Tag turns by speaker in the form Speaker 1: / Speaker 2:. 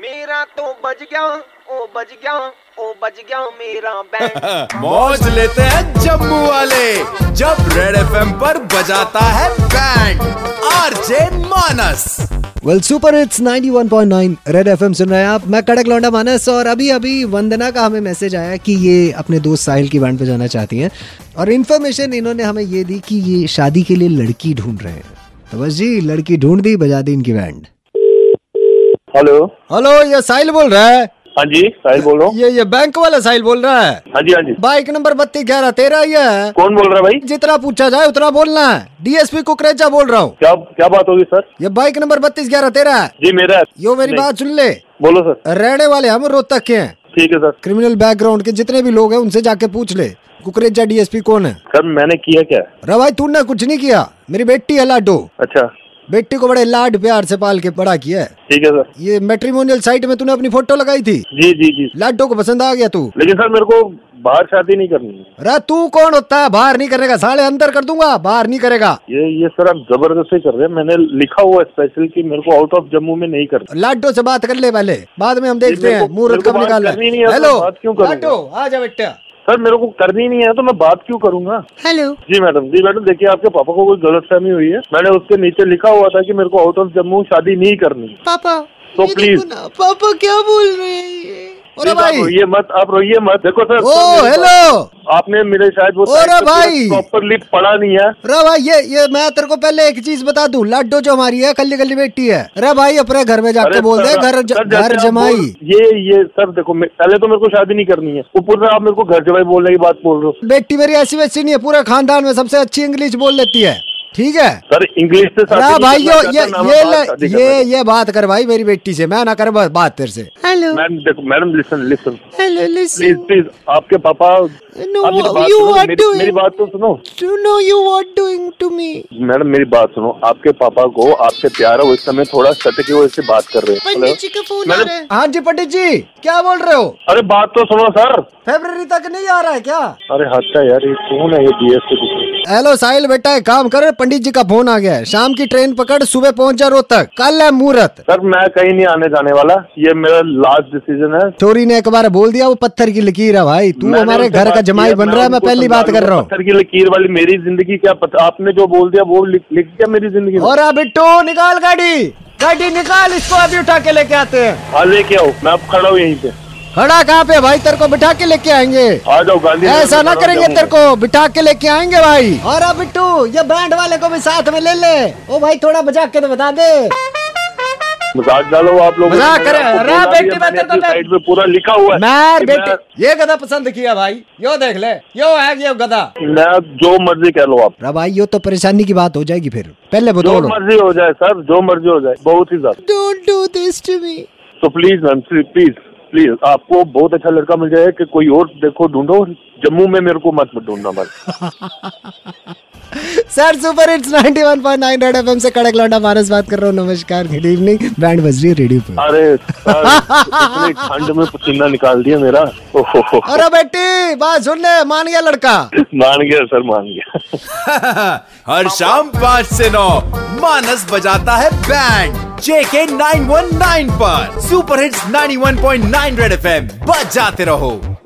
Speaker 1: मेरा तो बज गया ओ बज गया ओ बज गया मेरा बैंड
Speaker 2: मौज लेते हैं जम्मू वाले जब रेड एफएम पर बजाता है band RJ Manas
Speaker 3: well super hits 91.9 red FM सुन रहे हैं आप मैं कड़क लौंडा मानस और अभी अभी वंदना का हमें मैसेज आया कि ये अपने दोस्त साहिल की बैंड पे जाना चाहती हैं और इन्फॉर्मेशन इन्होंने हमें ये दी कि ये शादी के लिए लड़की ढूंढ रहे हैं तो बस जी लड़की ढूंढ दी बजा दी इनकी बैंड
Speaker 4: हेलो
Speaker 3: हेलो ये साहिल बोल रहा है
Speaker 4: हाँ जी साहिल बोल रहा हूँ
Speaker 3: ये ये बैंक वाला साहिल बोल रहा है
Speaker 4: हाँ जी हाँ जी
Speaker 3: बाइक नंबर बत्तीस ग्यारह तेरह ये है
Speaker 4: कौन बोल रहा है भाई
Speaker 3: जितना पूछा जाए उतना बोलना है डीएसपी कुकरेजा बोल रहा हूँ
Speaker 4: क्या क्या बात होगी सर
Speaker 3: ये बाइक नंबर बत्तीस ग्यारह तेरह है
Speaker 4: जी मेरा है।
Speaker 3: यो मेरी
Speaker 4: नहीं,
Speaker 3: बात सुन ले
Speaker 4: बोलो सर
Speaker 3: रहने वाले हम रोहतक के हैं
Speaker 4: ठीक है सर
Speaker 3: क्रिमिनल बैकग्राउंड के जितने भी लोग हैं उनसे जाके पूछ ले कुकरेजा डीएसपी कौन है
Speaker 4: सर मैंने किया क्या
Speaker 3: रा भाई तूने कुछ नहीं किया मेरी बेटी है लाडो
Speaker 4: अच्छा
Speaker 3: बेटी को बड़े लाड प्यार से पाल के बड़ा किया है
Speaker 4: ठीक है सर
Speaker 3: ये मेट्रीमोनियल साइट में तूने अपनी फोटो लगाई थी
Speaker 4: जी जी जी
Speaker 3: लाडो को पसंद आ गया तू
Speaker 4: लेकिन सर मेरे को बाहर शादी नहीं करनी है
Speaker 3: रा तू कौन होता है बाहर नहीं करेगा साले अंदर कर दूंगा बाहर नहीं करेगा
Speaker 4: ये ये सर आप जबरदस्ती कर रहे हैं मैंने लिखा हुआ है स्पेशल कि मेरे को आउट ऑफ जम्मू में नहीं करना
Speaker 3: लाडो से बात कर ले पहले बाद में हम देखते
Speaker 4: मेरे
Speaker 3: हैं
Speaker 4: को-
Speaker 3: मुहूर्त
Speaker 4: मेरे को
Speaker 3: कब
Speaker 4: बात
Speaker 3: निकालना
Speaker 4: करनी नहीं है,
Speaker 3: है
Speaker 4: तो
Speaker 3: हेलो
Speaker 4: बात क्यों करूंगा?
Speaker 3: लाडो आ जा बेटा
Speaker 4: सर मेरे को करनी नहीं है तो मैं बात क्यों करूंगा
Speaker 5: हेलो
Speaker 4: जी मैडम जी मैडम देखिए आपके पापा को कोई गलतफहमी हुई है मैंने उसके नीचे लिखा हुआ था कि मेरे को आउट ऑफ जम्मू शादी नहीं करनी है।
Speaker 5: पापा
Speaker 4: तो
Speaker 5: ये
Speaker 4: प्लीज।
Speaker 5: देखो ना, पापा क्या बोल रहे हैं ये
Speaker 3: ओरे
Speaker 4: जी, आप
Speaker 3: भाई
Speaker 4: रोइए मत आप रोइए मत देखो सर
Speaker 3: ओ
Speaker 4: सर, मेरे
Speaker 3: हेलो
Speaker 4: को- आपने मेरे शायद वो
Speaker 3: ओरे भाई।
Speaker 4: प्रॉपरली पढ़ा नहीं है
Speaker 3: रा भाई ये ये मैं तेरे को पहले एक चीज बता दूं लाडो जो हमारी है कल्ली कल्ली बेटी है रा भाई अपने घर में जाके
Speaker 4: अरे
Speaker 3: बोल दे
Speaker 4: सर,
Speaker 3: घर ज-
Speaker 4: सर, जैसे
Speaker 3: घर
Speaker 4: आप
Speaker 3: जमाई
Speaker 4: बोल- ये ये सर देखो मैं- पहले तो मेरे को शादी नहीं करनी है ऊपर से आप मेरे को घर जमाई बोलने की बात बोल रहे हो
Speaker 3: बेटी मेरी ऐसी वैसी नहीं है पूरे खानदान में सबसे अच्छी इंग्लिश बोल लेती है ठीक है
Speaker 4: सर इंग्लिश से शादी
Speaker 3: रा
Speaker 4: नहीं
Speaker 3: भाई
Speaker 4: करना
Speaker 3: यो, ये
Speaker 4: चाहता, ना
Speaker 3: ये
Speaker 4: मैं बात
Speaker 3: ले-
Speaker 4: शादी करना
Speaker 3: ये ये बात कर भाई मेरी बेटी से मैं ना कर बस बात तेरे से
Speaker 5: हेलो
Speaker 4: चाहता। मैम देखो madam listen listen
Speaker 5: hello
Speaker 4: please
Speaker 5: listen
Speaker 4: please आपके पापा आप
Speaker 5: No,
Speaker 4: मेरी बात
Speaker 5: you
Speaker 4: सुनो,
Speaker 5: are
Speaker 4: मेरी-
Speaker 5: doing-
Speaker 4: मेरी बात तो सुनो
Speaker 5: to know you what doing to me
Speaker 4: madam मेरी बात सुनो आपके पापा को आपसे प्यार है वो इस समय थोड़ा सटके हुए इससे बात कर रहे हैं
Speaker 5: पंडित जी का फोन आ
Speaker 4: मैडम-
Speaker 5: रहा है
Speaker 3: हाँ जी पंडित जी क्या बोल रहे हो
Speaker 4: अरे बात तो सुनो सर
Speaker 3: फेबर तक नहीं आ रहा है क्या
Speaker 4: अरे हत्या यार ये कौन है ये डीएसपी
Speaker 3: हेलो साहिल बेटा एक काम कर पंडित जी का फोन आ गया है शाम की ट्रेन पकड़ सुबह पहुंच जा रोहतक कल है मुहूर्त
Speaker 4: सर मैं कहीं नहीं आने जाने वाला ये मेरा लास्ट डिसीजन है
Speaker 3: चोरी ने एक बार बोल दिया वो पत्थर की लकीर है भाई तू
Speaker 4: मैंने
Speaker 3: हमारे
Speaker 4: उनसे
Speaker 3: घर का
Speaker 4: बात
Speaker 3: जमाई
Speaker 4: किया,
Speaker 3: बन रहा है मैं
Speaker 4: उनको
Speaker 3: पहली बात
Speaker 4: समझा
Speaker 3: कर रहा हूँ
Speaker 4: पत्थर की लकीर वाली मेरी जिंदगी क्या पता आपने जो बोल दिया वो लिख लिख दिया मेरी जिंदगी में
Speaker 3: और अब बिट्टू निकाल गाड़ी गाड़ी निकाल इसको अभी उठा के लेके आते हैं
Speaker 4: हाँ लेके आओ मैं अब खड़ा हूँ यहीं पे
Speaker 3: खड़ा कहाँ पे है भाई तेरे को बिठा के लेके आएंगे
Speaker 4: आ जाओ गांधी नगर
Speaker 3: ऐसा
Speaker 4: में
Speaker 3: ना
Speaker 4: खड़ा
Speaker 3: करेंगे
Speaker 4: हूँ,
Speaker 3: तेरे को बिठा के लेके आएंगे भाई और अब बिट्टू ये बैंड वाले को भी साथ में ले ले ओ भाई थोड़ा बजा के तो बता दे
Speaker 4: मजाक डालो आप लोग
Speaker 3: मजाक करे, अरे बेटी, तो मैं तेरे को मैं-
Speaker 4: साइड पे पूरा लिखा हुआ है
Speaker 3: मैर
Speaker 4: कि
Speaker 3: बेटे ये गधा पसंद किया भाई यो देख ले यो है ये गधा
Speaker 4: मैं- मैं जो मर्जी कह लो आप
Speaker 3: रा भाई यो तो परेशानी की बात हो जाएगी फिर पहले
Speaker 4: जो
Speaker 3: बताओ लो
Speaker 4: मर्जी हो जाए सर जो मर्जी हो जाए बहुत ही ज्यादा
Speaker 5: don't do this to me
Speaker 4: तो प्लीज मैम प्लीज प्लीज आपको बहुत अच्छा लड़का मिल जाएगा कि कोई और देखो ढूंढो जम्मू में मेरे को मत ढूंढना मत
Speaker 3: sir super hits 91.9 red FM से कड़क लौंडा मानस बात कर रहा हूँ नमस्कार गुड इवनिंग बैंड बज रही है रेडियो पर
Speaker 4: अरे सर इतनी ठंड में पसीना निकाल दिया मेरा ओहो हो, हो।
Speaker 3: अरे बेटी बात सुन ले मान गया लड़का
Speaker 4: मान गया सर मान गया
Speaker 2: हर शाम पाँच से नौ मानस बजाता है बैंड जेके 919 पर सुपर हिट्स 91.9 रेड एफएम बजाते रहो